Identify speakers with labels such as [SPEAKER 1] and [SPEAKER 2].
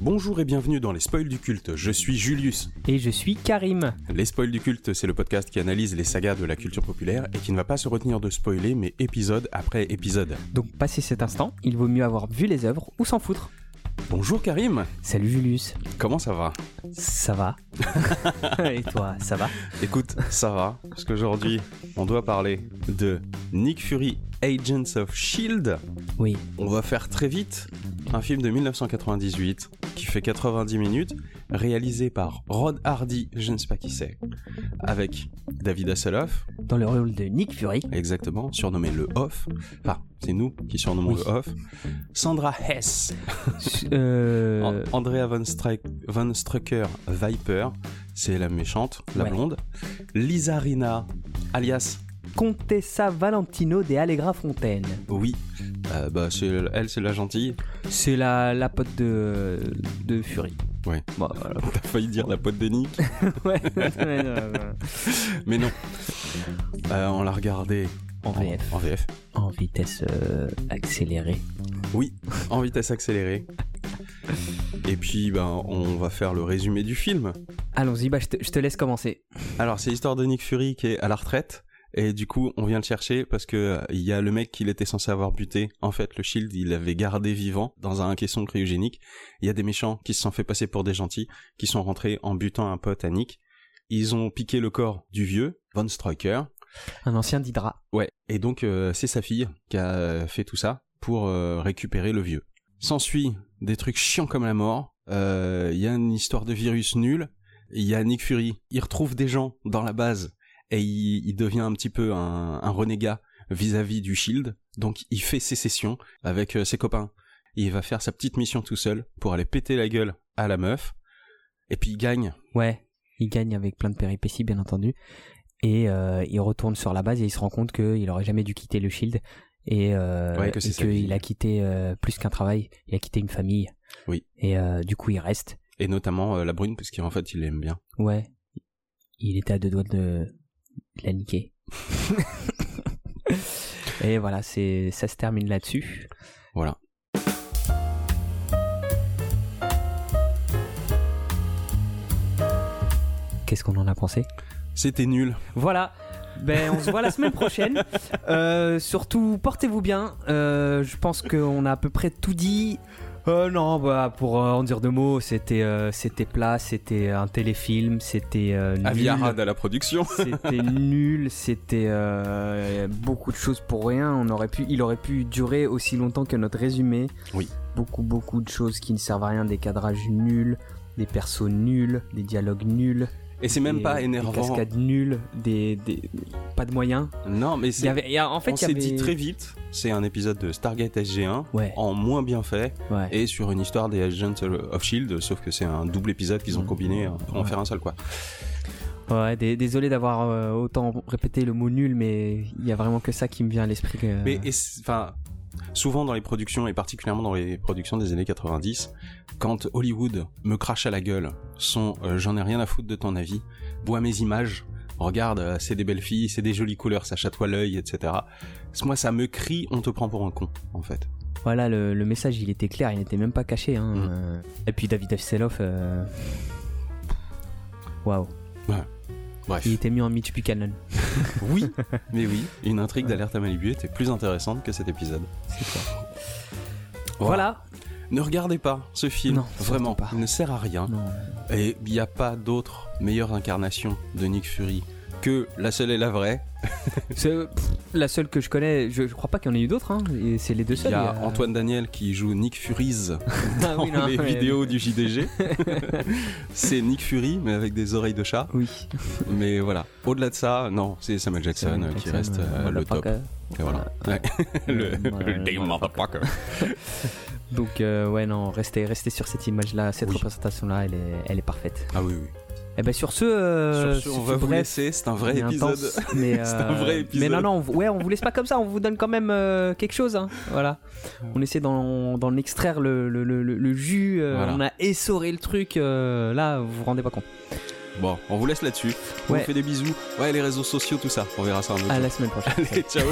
[SPEAKER 1] Bonjour et bienvenue dans les spoils du culte, je suis Julius.
[SPEAKER 2] Et je suis Karim.
[SPEAKER 1] Les spoils du culte, c'est le podcast qui analyse les sagas de la culture populaire et qui ne va pas se retenir de spoiler, mais épisode après épisode.
[SPEAKER 2] Donc passé cet instant, il vaut mieux avoir vu les œuvres ou s'en foutre.
[SPEAKER 1] Bonjour Karim,
[SPEAKER 2] Salut Julius.
[SPEAKER 1] comment ça va
[SPEAKER 2] Ça va Et toi, ça va
[SPEAKER 1] Écoute, ça va, parce qu'aujourd'hui, on doit parler de Nick Fury Agents of Shield.
[SPEAKER 2] Oui.
[SPEAKER 1] E On va faire très vite un film de 1998 qui fait 90 minutes, réalisé par Rod Hardy, je ne sais pas qui c'est, avec David Hasselhoff,
[SPEAKER 2] Dans le rôle de Nick Fury.
[SPEAKER 1] Exactement, surnommé le Off. Enfin, c'est nous qui surnommons
[SPEAKER 2] Oui.
[SPEAKER 1] le Off. Sandra Hess,
[SPEAKER 2] euh,
[SPEAKER 1] An- Andrea Van, Stryk- Van Strucker Viper, c'est la méchante, la
[SPEAKER 2] Ouais.
[SPEAKER 1] blonde. Lisa Rina, alias,
[SPEAKER 2] Contessa Valentino de Allegra Fontaine.
[SPEAKER 1] oui, euh, bah, c'est- elle c'est la gentille.
[SPEAKER 2] C'est la, la pote de, de Fury.
[SPEAKER 1] Ouais.
[SPEAKER 2] Bon, voilà.
[SPEAKER 1] T'as failli dire la pote de Nick,
[SPEAKER 2] Ouais, ouais, ouais, ouais.
[SPEAKER 1] mais non. Euh, on l'a regardée
[SPEAKER 2] En VF.
[SPEAKER 1] En VF.
[SPEAKER 2] En vitesse euh, accélérée.
[SPEAKER 1] Oui, en vitesse accélérée. Et puis, ben, on va faire le résumé du film.
[SPEAKER 2] Allons-y, bah, je te- je te laisse commencer.
[SPEAKER 1] Alors, c'est l'histoire de Nick Fury qui est à la retraite. Et du coup, on vient le chercher parce que euh, il y a le mec qu'il était censé avoir buté. En fait, le shield, il l'avait gardé vivant dans un caisson cryogénique. Il y a des méchants qui se sont fait passer pour des gentils, qui sont rentrés en butant un pote à Nick. Ils ont piqué le corps du vieux, Von Striker.
[SPEAKER 2] Un ancien d'Hydra.
[SPEAKER 1] Ouais. Et donc, euh, c'est sa fille qui a euh, fait tout ça pour euh, récupérer le vieux. S'ensuit des trucs chiants comme la mort. Euh, Il y a une histoire de virus nulle. Il y a Nick Fury. Il retrouve des gens dans la base et il, il devient un petit peu un, un renégat vis-à-vis du Shield. Donc, il fait sécession avec euh, ses copains. Il va faire sa petite mission tout seul pour aller péter la gueule à la meuf. Et puis, il gagne.
[SPEAKER 2] Ouais, il gagne avec plein de péripéties, bien entendu. Et euh, il retourne sur la base et il se rend compte qu'il aurait jamais dû quitter le Shield. Et, euh,
[SPEAKER 1] Ouais, que c'est
[SPEAKER 2] et
[SPEAKER 1] sa vie.
[SPEAKER 2] qu'il a quitté euh, plus qu'un travail, il a quitté une famille.
[SPEAKER 1] Oui.
[SPEAKER 2] Et euh, du coup, il reste.
[SPEAKER 1] Et notamment euh, la brune, parce qu'en fait, il l'aime bien.
[SPEAKER 2] Ouais. Il était à deux doigts de, de la niquer. et voilà, c'est ça se termine là-dessus.
[SPEAKER 1] Voilà.
[SPEAKER 2] Qu'est-ce qu'on en a pensé
[SPEAKER 1] C'était nul.
[SPEAKER 2] Voilà. Ben, on se voit la semaine prochaine. Euh, surtout, portez-vous bien. Euh, je pense qu'on a à peu près tout dit. Euh, non, bah, pour euh, en dire deux mots, c'était euh, c'était plat, c'était euh, un téléfilm, c'était euh,
[SPEAKER 1] Ah,
[SPEAKER 2] nul.
[SPEAKER 1] Aviarad à la production.
[SPEAKER 2] C'était nul, c'était euh, beaucoup de choses pour rien. On aurait pu, il aurait pu durer aussi longtemps que notre résumé.
[SPEAKER 1] Oui.
[SPEAKER 2] Beaucoup, beaucoup de choses qui ne servent à rien, des cadrages nuls, des persos nuls, des dialogues nuls.
[SPEAKER 1] Et c'est même
[SPEAKER 2] des-
[SPEAKER 1] pas
[SPEAKER 2] Des
[SPEAKER 1] énervant.
[SPEAKER 2] cascades nulles, des, des- pas de moyens.
[SPEAKER 1] Non, mais
[SPEAKER 2] Il y
[SPEAKER 1] c'est.
[SPEAKER 2] avait, il y a- en fait,
[SPEAKER 1] on
[SPEAKER 2] il y
[SPEAKER 1] s'est
[SPEAKER 2] avait-
[SPEAKER 1] dit très vite, c'est un épisode de Stargate SG1
[SPEAKER 2] Ouais,
[SPEAKER 1] en moins bien fait
[SPEAKER 2] ouais.
[SPEAKER 1] et sur une histoire des Agents of Shield, E sauf que c'est un double épisode qu'ils ont
[SPEAKER 2] Mm.
[SPEAKER 1] combiné pour en
[SPEAKER 2] Ouais.
[SPEAKER 1] faire un seul quoi.
[SPEAKER 2] Ouais, dé- désolé d'avoir euh, autant répété le mot nul, mais il y a vraiment que ça qui me vient à l'esprit. que-
[SPEAKER 1] Mais et c'est- enfin, souvent dans les productions et particulièrement dans les productions des années 90, quand Hollywood me crache à la gueule, son euh, j'en ai rien à foutre de ton avis, vois mes images, regarde, euh, c'est des belles filles, c'est des jolies couleurs, ça chatoie l'œil, etc. Moi, ça me crie, on te prend pour un con en fait.
[SPEAKER 2] Voilà, le, le message, il était clair, il n'était même pas caché. Hein.
[SPEAKER 1] Mm.
[SPEAKER 2] euh. Et puis David Hasselhoff, euh, waouh,
[SPEAKER 1] Bref.
[SPEAKER 2] il était mieux en Mitch Buchanan.
[SPEAKER 1] Oui, mais oui, une intrigue d'alerte à Malibu était plus intéressante que cet épisode.
[SPEAKER 2] C'est clair.
[SPEAKER 1] Voilà.
[SPEAKER 2] Voilà.
[SPEAKER 1] Ne regardez pas ce film,
[SPEAKER 2] Non,
[SPEAKER 1] vraiment,
[SPEAKER 2] surtout pas.
[SPEAKER 1] il ne sert à rien.
[SPEAKER 2] Non.
[SPEAKER 1] Et il n'y a pas d'autre meilleure incarnation de Nick Fury que la seule et la vraie.
[SPEAKER 2] C'est pff, la seule que je connais, je, je crois pas qu'il y en ait eu d'autres, hein. et c'est les deux
[SPEAKER 1] Il
[SPEAKER 2] seuls.
[SPEAKER 1] y a
[SPEAKER 2] euh,
[SPEAKER 1] Antoine Daniel qui joue Nick Fury's
[SPEAKER 2] Ah
[SPEAKER 1] dans
[SPEAKER 2] oui, non,
[SPEAKER 1] les
[SPEAKER 2] mais-
[SPEAKER 1] vidéos du JDG. c'est Nick Fury, mais avec des oreilles de chat.
[SPEAKER 2] Oui.
[SPEAKER 1] Mais voilà, au-delà de ça, non, c'est Samuel Jackson, euh, qui reste euh, le top.
[SPEAKER 2] motherfucker. Euh,
[SPEAKER 1] Et voilà. Ouais. le
[SPEAKER 2] Voilà,
[SPEAKER 1] le Dave Motherfucker.
[SPEAKER 2] Euh, Donc euh, ouais non, restez, restez sur cette image-là, cette
[SPEAKER 1] Oui.
[SPEAKER 2] représentation-là, elle est, elle est parfaite.
[SPEAKER 1] Ah oui, oui.
[SPEAKER 2] Et ben sur ce, euh,
[SPEAKER 1] Sur ce, on
[SPEAKER 2] ce
[SPEAKER 1] va vous
[SPEAKER 2] bref,
[SPEAKER 1] laisser, c'est un vrai
[SPEAKER 2] mais intense,
[SPEAKER 1] épisode.
[SPEAKER 2] mais,
[SPEAKER 1] C'est
[SPEAKER 2] euh,
[SPEAKER 1] un vrai épisode.
[SPEAKER 2] Mais non non, on, vous- ouais, on vous laisse pas comme ça, on vous donne quand même euh, quelque chose. hein. Voilà. On essaie d'en, d'en extraire le, le- le- le- le jus. euh,
[SPEAKER 1] Voilà.
[SPEAKER 2] On a essoré le truc. euh, là, vous vous rendez pas compte.
[SPEAKER 1] Bon, on vous laisse là-dessus. On
[SPEAKER 2] Ouais.
[SPEAKER 1] vous fait des bisous. Ouais, les réseaux sociaux, tout ça. On verra ça un autre
[SPEAKER 2] À
[SPEAKER 1] jour.
[SPEAKER 2] la semaine prochaine.
[SPEAKER 1] Allez, ciao.